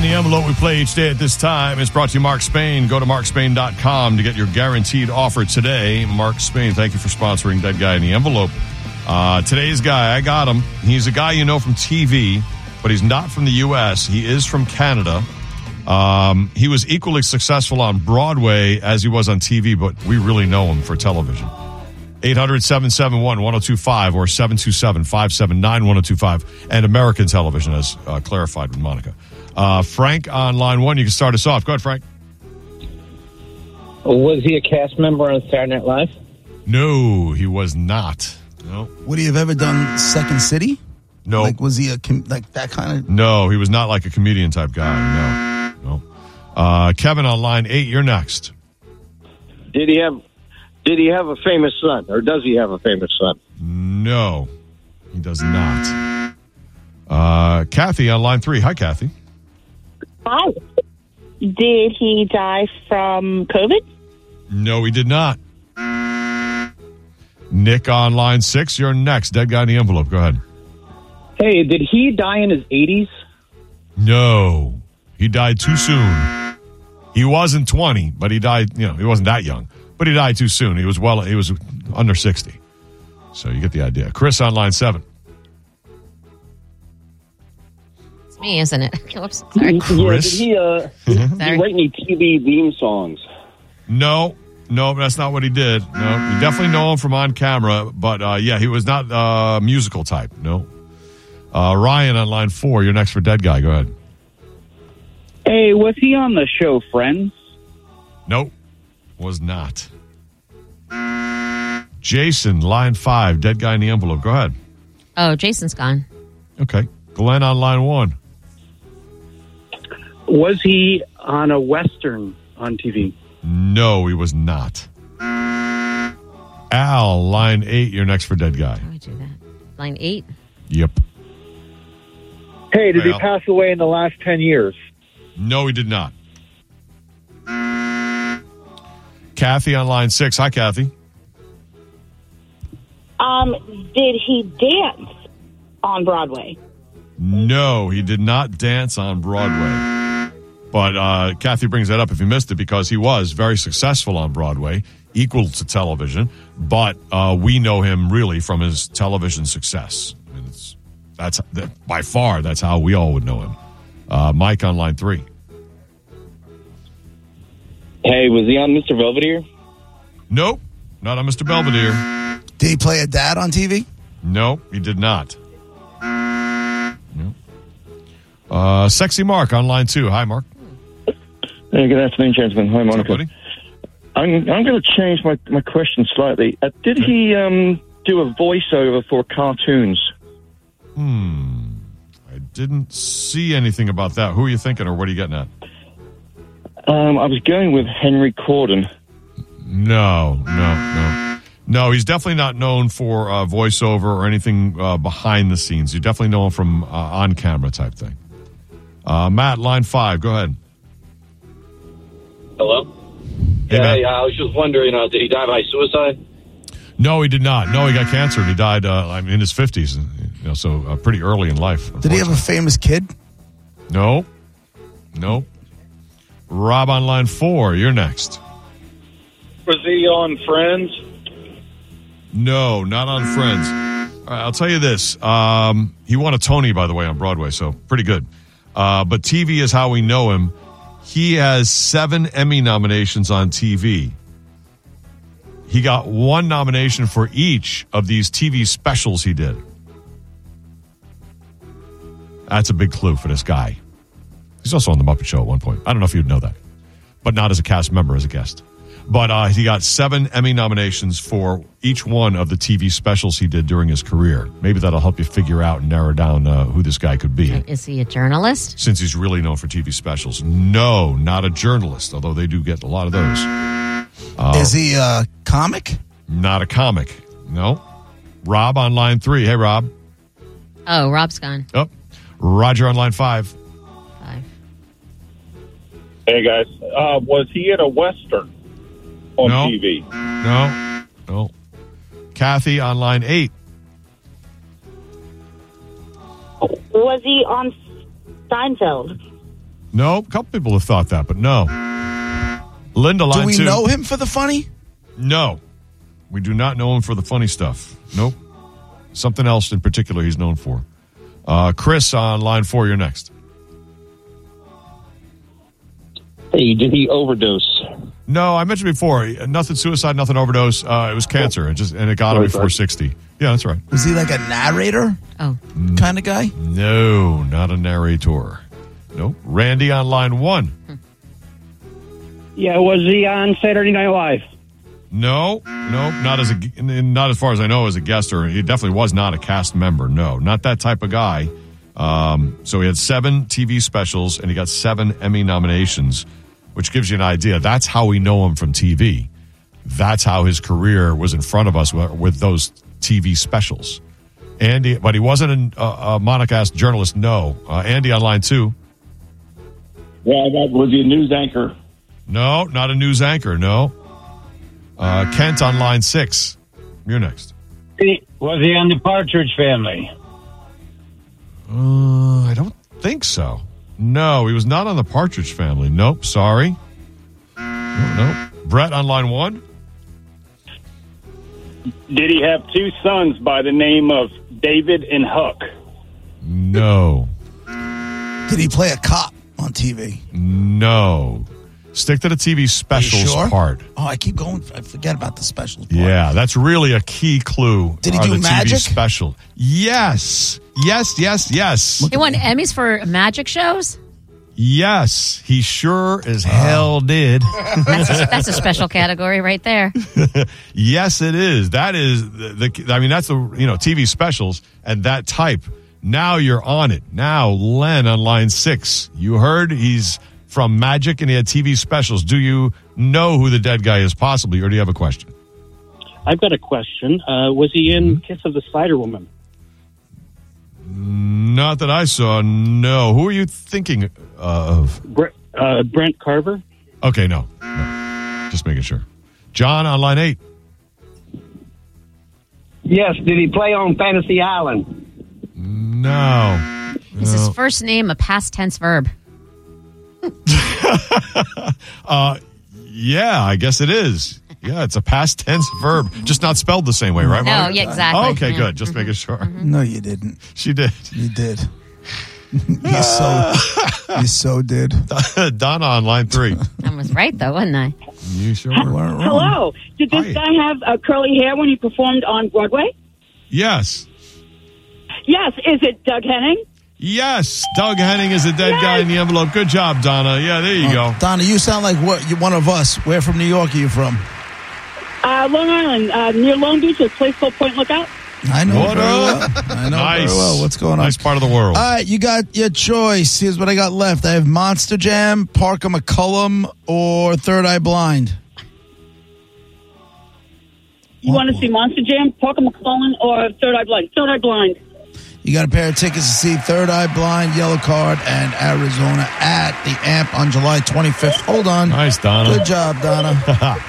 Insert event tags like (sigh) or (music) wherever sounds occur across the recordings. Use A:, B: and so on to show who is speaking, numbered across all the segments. A: Slam Low we play each day at this time is brought to you Mark Spain. Go to markspain.com to get your guaranteed offer today. Mark Spain, thank you for sponsoring Dead Guy in the Envelope. Uh, today's guy, I got him. He's a guy you know from TV, but he's not from the U.S. He is from Canada. Um, he was equally successful on Broadway as he was on TV, but we really know him for television. 800 771 1025 or 727 579 1025 and American television, as uh, clarified with Monica. Uh, Frank on line one, you can start us off. Go ahead, Frank.
B: Was he a cast member on Saturday Night Live?
A: No, he was not. No,
C: Would he have ever done Second City?
A: no,
C: Like, was he a com- like that kind of?
A: no. He was not like a comedian type guy. No, no. Uh, Kevin on line eight, you're next.
D: Did he have did he have a famous son or does he have a famous son?
A: No, he does not. Uh, Kathy on line three. Hi, Kathy.
E: Hi. Did he die from COVID?
A: No, he did not. Nick on line six, you're next. Dead guy in the envelope. Go ahead.
B: Hey, did he die in his 80s?
A: No, he died too soon. He wasn't 20, but he died, you know, he wasn't that young, but he died too soon. He was well, he was under 60. So you get the idea. Chris on line seven.
F: It's me, isn't it? (laughs) Oops, sorry.
A: Chris?
B: Yeah, uh, did he, uh,
F: Sorry.
B: write any TV theme songs?
A: No, no, that's not what he did. No, you definitely know him from on camera, but uh, yeah, he was not uh, musical type. No. Uh, Ryan on line four, you're next for Dead Guy. Go ahead.
B: Hey, was he on the show Friends?
A: Nope, was not. Jason, line five, Dead Guy in the envelope. Go ahead.
F: Oh, Jason's gone.
A: Okay. Glenn on line one.
G: Was he on a Western on TV?
A: No, he was not. Al, line eight, you're next for dead guy.
F: How do I do that? Line eight.
A: Yep.
D: Hey, did
A: Well.
D: he pass away in the last ten years?
A: No, he did not. Kathy on line six. Hi, Kathy.
E: Um, did he dance on Broadway?
A: No, he did not dance on Broadway. But uh, Kathy brings that up if you missed it because he was very successful on Broadway, equal to television. But uh, we know him really from his television success. I mean, it's, that's that, by far that's how we all would know him. Uh, Mike on line three.
B: Hey, was he on Mr. Belvedere?
A: Nope, not on Mr. Belvedere.
C: Did he play a dad on TV?
A: Nope, he did not. Nope. Uh, Sexy Mark on line two. Hi, Mark.
H: Hey, good afternoon, gentlemen. Hi,
A: What's up,
H: Monica.
A: buddy?
H: I'm, I'm going to change my, my question slightly. Uh, did he um, do a voiceover for cartoons?
A: Hmm. I didn't see anything about that. Who are you thinking, or what are you getting at?
H: Um, I was going with Henry Corden.
A: No, no, no. No, he's definitely not known for uh, voiceover or anything uh, behind the scenes. You definitely know him from uh, on camera type thing. Uh, Matt, line five, go ahead.
B: Hello?
A: Hey, Matt.
B: I was just wondering, uh, did he die by suicide?
A: No, he did not. No, he got cancer. and He died uh, I mean, in his 50s, you know, so uh, pretty early in life.
C: Did he have a famous kid?
A: unfortunately. No, no. Rob on line four, you're next.
D: Was he on Friends?
A: No, not on Friends. All right, I'll tell you this. Um, he won a Tony, by the way, on Broadway, so pretty good. Uh, but TV is how we know him. He has seven Emmy nominations on TV. He got one nomination for each of these TV specials he did. That's a big clue for this guy. He's also on The Muppet Show at one point. I don't know if you'd know that, but not as a cast member, as a guest. But uh, he got seven Emmy nominations for each one of the TV specials he did during his career. Maybe that'll help you figure out and narrow down uh, who this guy could be
F: Is he a journalist?
A: since he's really known for TV specials. No, not a journalist, although they do get a lot of those. Oh.
C: Is he a comic?
A: Not a comic. No. Rob on line three. Hey, Rob.
F: Oh, Rob's gone.
A: Oh, Roger on line five.
F: Five.
D: Hey guys, uh, was he in a western on
A: No.
D: TV?
A: No. No. Kathy on line eight.
E: Was he on Seinfeld?
A: No, a couple people have thought that, but no. Linda, line
C: Do we
A: two.
C: know him for the funny?
A: No, we do not know him for the funny stuff. Nope. Something else in particular he's known for. Uh, Chris on line four, you're next.
I: Hey, did he overdose?
A: No, I mentioned before, nothing suicide, nothing overdose. Uh, it was cancer, it just and it got him
I: Sorry,
A: before
I: sorry.
A: sixty. Yeah, that's right.
C: Was he like a narrator
F: Oh,
C: kind of guy?
A: No, not a narrator. Nope. Randy on line one.
G: Yeah, was he on Saturday Night Live?
A: No, no, not as a not as far as I know as a guest or he definitely was not a cast member. No, not that type of guy. Um, so he had seven TV specials and he got seven Emmy nominations, which gives you an idea. That's how we know him from TV. That's how his career was in front of us with, with those TV specials. Andy, but he wasn't a, a, a monocaste journalist. No, uh, Andy on line two.
I: Yeah, that was he a news anchor?
A: No, not a news anchor. No, uh, Kent on line six. You're next.
J: Was he on the Partridge Family?
A: Uh, I don't think so. No, he was not on the Partridge Family. Nope. Sorry. No, nope. Brett on line one.
D: Did he have two sons by the name of David and Huck?
A: No,
C: Did he play a cop on TV?
A: no. Stick to the TV specials
C: sure?
A: part.
C: Oh, I keep going. I forget about the specials. part.
A: Yeah, that's really a key clue.
C: Did he
A: are
C: do
A: the
C: magic?
A: TV special? Yes, yes, yes, yes,
F: he won Emmys for magic shows.
A: yes. He sure as hell did.
F: That's a, that's a special category right there.
A: Yes, it is. That is the, the. I mean, that's the you know TV specials and that type. Now you're on it. Now Len on line six. You heard he's from Magic and he had TV specials. Do you know who the dead guy is possibly, or do you have a question?
G: I've got a question. Uh, was he in
D: Mm-hmm.
G: Kiss of the Spider Woman?
A: Not that I saw. No. Who are you thinking of?
G: Bre- uh, Brent Carver?
A: Okay, no. no. Just making sure. John on line eight.
J: Yes. Did he play on Fantasy Island?
A: No.
F: Is his
A: No.
F: first name a past tense verb?
A: Yeah, I guess it is. Yeah, it's a past tense verb, just not spelled the same way, right?
F: No,
A: Monica?
F: yeah, exactly. Mm-hmm.
A: okay,
F: Yeah.
A: good. Just making sure.
C: No, you didn't.
A: She did. (laughs)
C: You did. (laughs) you so. You so did.
A: Donna on line three.
F: I was right though, wasn't I?
A: you sure
C: (laughs) You
A: were.
C: weren't wrong.
E: Hello. Did this
A: Hi.
E: guy have uh, curly hair when he performed on Broadway?
A: Yes.
E: Yes. Is it Doug Henning?
A: Yes. Doug Henning is the dead guy in the envelope. Good job, Donna. Yeah, there
C: Oh,
A: you go.
C: Donna, you sound like what you one of us. Where from New York are you from?
E: Uh, Long Island, uh, near Long Beach, a place called Point Lookout.
C: I know.
A: What
C: very well.
A: up?
C: I know
A: nice.
C: very well. What's going on? Uh,
A: Nice part of the world.
C: All right, you got your choice. Here's what I got left. I have Monster Jam, Parker McCullum, or Third Eye Blind.
E: You
C: Wow.
E: want to see Monster Jam, Parker McClellan, or Third Eye Blind? Third Eye Blind.
C: You got a pair of tickets to see Third Eye Blind, Yellow Card, and Arizona at the Amp on July 25th. Hold on.
A: nice, Donna.
C: Good job,
A: (laughs)
C: Donna.
E: Fab.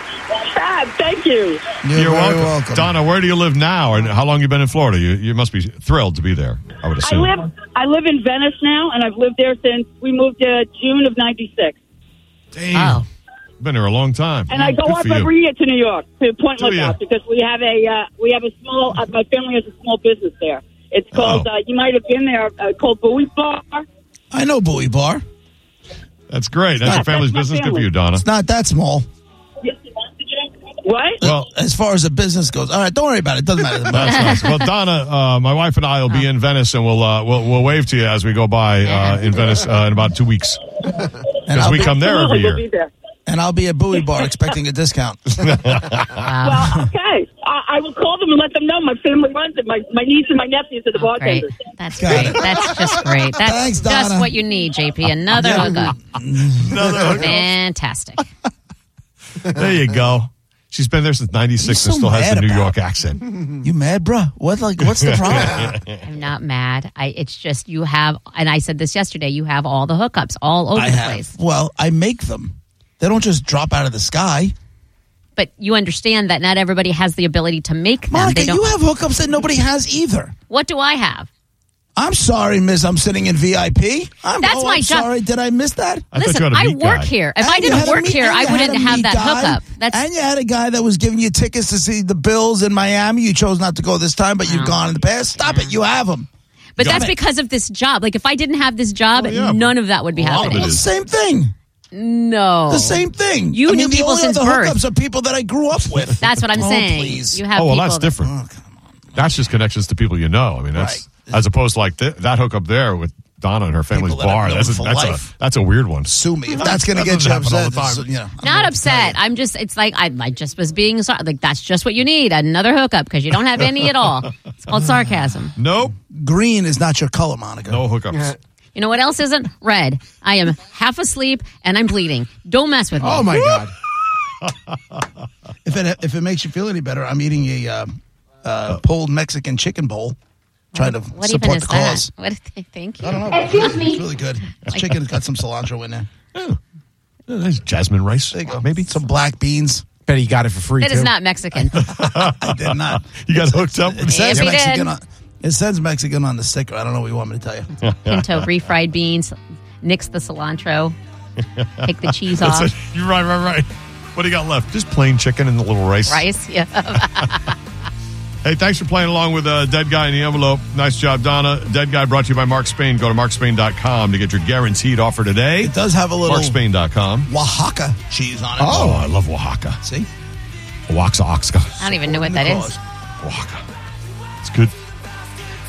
E: Thank you.
C: You're,
A: You're
C: very
A: welcome.
C: welcome.
A: Donna, where do you live now and how long you been in Florida? You, you must be thrilled to be there, I would
E: I
A: assume.
E: live I live in Venice now, and I've lived there since we moved to June of '96.
A: Damn.
F: Oh.
A: Been here a long time.
E: And I go
A: Mm, Good
E: up
A: for you.
E: every year to New York to Point
A: Do ya?
E: Lookout because we have a uh, we have a small uh, my family has a small business there. It's called
A: Oh.
E: uh, you might have been there uh, called Bowie Bar.
C: I know Bowie Bar.
A: That's great. That's your
E: That's
A: family's
E: my
A: business. Good for
E: family.
A: you, Donna.
C: It's not that small.
E: What?
A: Well,
C: As far as the business goes. All right, don't worry about it.
A: (laughs)
C: Doesn't matter.
A: That's nice.
C: (laughs)
A: Well, Donna, uh, my wife and I will be in Venice, and we'll uh, we'll, we'll wave to you as we go by uh, in Venice uh, in about two weeks
C: and,
A: because
C: I'll
A: we
C: be,
A: come there every
E: Absolutely, we'll
A: year.
E: be there.
C: and I'll be at Bowie Bar expecting
A: (laughs)
C: a discount.
F: Wow.
E: Well, okay. I, I will call them and let them know my family runs it. My my niece and my nephews are the
F: Oh, Great.
E: bartenders.
F: That's
C: Got
F: great.
C: it.
F: That's just great. That's
C: Thanks,
F: just
C: Donna.
F: what you need, JP. Another hookup.
A: Another
F: Fantastic.
A: There you go. She's been there since '96
C: You're
A: and
C: so
A: still has the
C: mad
A: New
C: about
A: York accent.
C: you mad, bruh? What, like,
A: (laughs)
C: what's the problem?
F: I'm not mad. I it's just you have and I said this yesterday, you have all the hookups all over
C: I
F: the
C: have.
F: place.
C: Well, I make them. They don't just drop out of the sky.
F: But you understand that not everybody has the ability to make them.
C: Monica,
F: they don't
C: you have hookups that nobody has either.
F: What do I have?
C: I'm sorry, Miss. I'm sitting in VIP. I'm,
F: That's
C: oh,
F: my
C: I'm
F: job.
C: sorry. Did I miss that?
A: I thought you
F: Listen,
A: had a
F: I
A: meat
F: work
A: guy.
F: here. If I
C: And you had
F: didn't
C: a
F: work
C: meet-
F: here,
C: and you
F: I
C: had
F: wouldn't
C: a
F: have
C: meet
F: that
C: guy,
F: hookup. That's
C: and you had a guy that was giving you tickets to see the Bills in Miami. You chose not to go this time, but you've gone in the past. Stop it. You have them.
F: but
A: Got
F: that's
A: it.
F: because of this job. Like if I didn't have this job,
A: Oh, yeah.
F: none of that would be
A: A lot of
F: happening.
A: it
C: Well,
A: is.
C: same thing.
F: No,
C: The same thing.
F: Oh. You
C: I mean,
F: knew people
C: the only
F: since
C: other
F: birth.
C: hookups are people that I grew up with.
F: That's what I'm
C: Oh,
F: saying.
C: Please.
F: You have
A: oh, well,
F: people
A: that's
F: that-
A: different. That's just connections to people you know. I mean, that's as opposed to like th- that hookup there with Donna and her family's
C: People that I've
A: bar.
C: known
A: That's a,
C: for
A: that's,
C: life.
A: a, that's a weird one.
C: Sue me if that's going to
A: That
C: get
A: doesn't
C: you
A: happen all the
C: upset. this
A: time.
C: is- you know, I'm
F: Not
C: gonna
F: upset. I'm just. It's like I, I just was being sar- like that's just what you need another hookup because you don't have any
A: (laughs)
F: at all. It's called sarcasm.
A: Nope.
C: tell you. Green is not your color, Monica.
A: No hookups.
F: You know what else isn't red? I am half asleep and I'm bleeding. Don't mess with me.
C: Oh my god! if it if it makes you feel any better, I'm eating a uh,
A: Oh.
C: uh, pulled Mexican chicken bowl, trying to
F: What even
C: support
F: is
C: the
F: that? (laughs)
C: cause.
F: What? Thank you.
C: I don't know. Excuse me. It's really good. This chicken has got some cilantro in there.
A: Yeah, there's jasmine rice.
C: There you go.
A: Maybe
C: some black beans.
K: Bet he got it for free.
F: That
K: too.
F: is
C: (laughs)
F: not Mexican.
C: I did not.
A: (laughs) you got hooked up. With
C: It says
F: Yes, he did.
C: Mexican. On, it says Mexican on the sticker. I don't know what you want me to tell you.
A: (laughs)
F: Pinto refried beans. Nix the cilantro.
C: (laughs)
F: Take the cheese off.
A: That's it. (laughs) You're right, right, right. What do you got left? Just plain chicken and a little rice.
F: Rice. Yeah.
A: Hey, thanks for playing along with uh, Dead Guy in the Envelope. Nice job, Donna. Dead Guy brought to you by Mark Spain. Go to markspain.com to get your guaranteed offer today.
C: It does have a little
A: Markspain.com.
C: Oaxaca cheese on it.
A: Oh, I love Oaxaca.
C: see,
A: Oaxaca.
F: I
A: Oaxaca.
F: don't even know what that is.
C: Cause.
A: Oaxaca. It's good.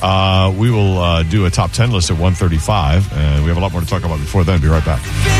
A: Uh, we will uh, do a top 10 list at 135. And we have a lot more to talk about before then. Be right back.